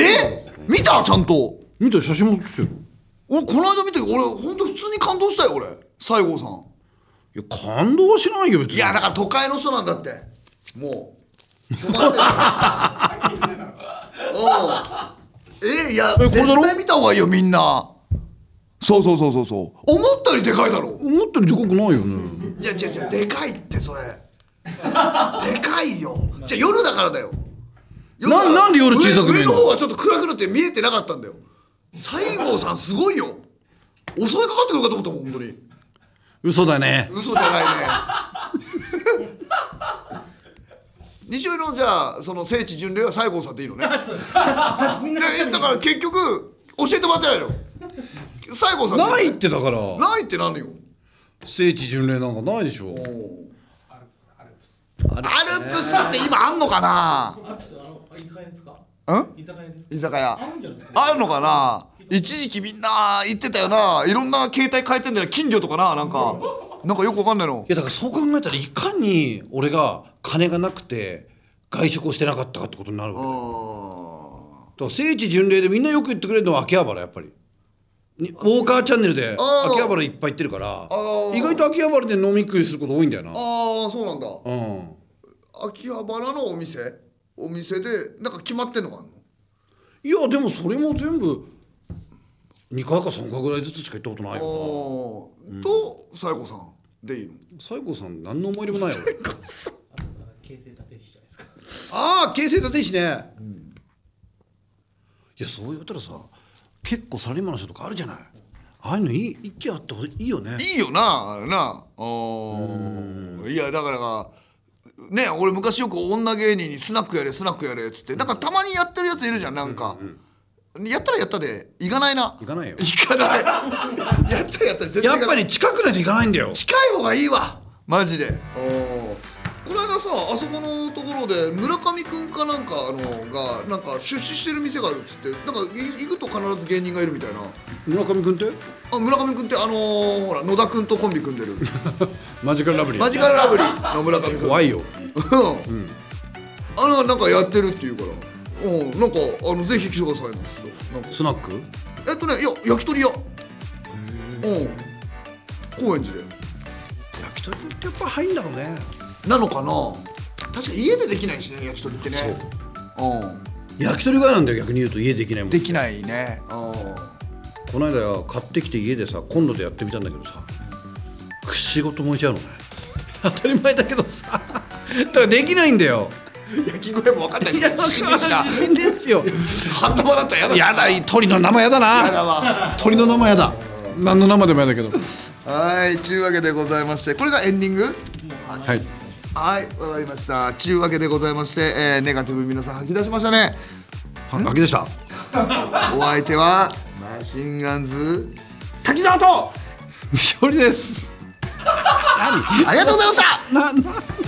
S1: [LAUGHS] え見たちゃんと
S2: 見た写真持ってきたよ
S1: 俺この間見て俺本当普通に感動したよ俺西郷さん
S2: いや感動はしないよ別に
S1: いやだから都会の人なんだってもう止まってるうんえいや
S2: えこれだろ
S1: 絶対見た方がいいよみんなそうそうそうそうそう思ったよりでかいだろ
S2: 思ったよりでかくないよね
S1: いや違う違うでかいってそれでかいよじゃあ夜だからだよ夜だから
S2: ななんで夜小さく見え
S1: 上上
S2: んの
S1: の方がちょっと暗くなって見えてなかったんだよ西郷さんすごいよ襲いかかってくるかと思ったもん本当に
S2: 嘘だね
S1: 嘘じゃないね西尾のじゃあその聖地巡礼は西郷さんでいいのねだ
S3: みんな
S1: えだから結局教えてもらってないの西郷さんで
S2: ないってだから
S1: ないってなんよ
S2: 聖地巡礼なんかないでしょ
S1: アルプスって今あんのかな
S3: アルプスあの居酒屋ですか
S1: うん
S3: 居酒屋ですか
S1: 居酒屋
S3: あるんじゃないですか
S1: あるのかな一時期みんな行ってたよないろんな携帯変えてんだよ金魚とかななんかなんかよくわかんないの
S2: いやだからそう考えたらいかに俺が金がなくて外食をしてなかったかってことになるわけだよ
S1: あ
S2: だから聖地巡礼でみんなよく言ってくれるのは秋葉原やっぱりにウォーカーチャンネルで
S1: あー
S2: 秋葉原いっぱい行ってるから
S1: ー
S2: 意外と秋葉原で飲み食いすること多いんだよな
S1: あそうなんだ
S2: うん
S1: 秋葉原のお店お店でなんか決まってんのがあんの
S2: いやでもそれも全部2回か3回ぐらいずつしか行ったことないよ
S1: ああと西郷さんでいいの
S2: な西郷さん何の思い入れもないよ
S3: 京成立石じゃないですか
S2: ああ京成立石ね、いやそう言ったらさ結構サラリーマンの人とかあるじゃないああいうのいい一気あってほしいいいよね
S1: いいよなあれなあーいやだからね俺昔よく女芸人にスナックやれスナックやれっつってなんかたまにやってるやついるじゃんなんか、やったらやったで行かないな
S2: 行かないよ
S1: 行か [LAUGHS] ないやったらやったで絶対行
S2: や
S1: か
S2: っ
S1: ない
S2: ぱり近くないと行かないんだよ
S1: 近い方がいいわマジでこの間さあそこのところで村上くんかなんかあのがなんか出資してる店があるっつってなんかい行くと必ず芸人がいるみたいな
S2: 村上君って [LAUGHS]
S1: あ村上くんってあのー、ほら野田くんとコンビ組んでる
S2: マジカルラブリー
S1: マジカルラブリーの村上くん
S2: 怖いよ
S1: うん、あのなんかやってるっていうからうんなんかあのぜひ来てくださいなんですよなんか
S2: スナック
S1: えっとねいや焼き鳥屋うん高円寺で
S2: 焼き鳥ってやっぱ入んだろうね
S1: なのかな確か家でできないしね焼き鳥ってねう、
S2: 焼き鳥がなんだよ逆に言うと家できないも
S1: ん、
S2: ん
S1: できないねうん
S2: この間買ってきて家でさコンロでやってみたんだけどさ仕事燃えちゃうのね当たり前だけどさだからできないんだよ
S1: 焼き具合も分かんないし自信ねえしな
S2: 自信ですよ
S1: 半玉だったらやだ
S2: やだ鳥の生やだ
S1: やだ
S2: な
S1: わ
S2: 鳥の生やだ何の生でもやだけど
S1: はいちゅうわけでございましてこれがエンディング
S2: はい
S1: はいわかりましたちゅうわけでございまして、えーネガティブ皆さん吐き出しましたね
S2: 秋でした
S1: お相手はマシンガンズ滝沢と
S2: 勝利です何
S1: ありがとうございました
S2: なな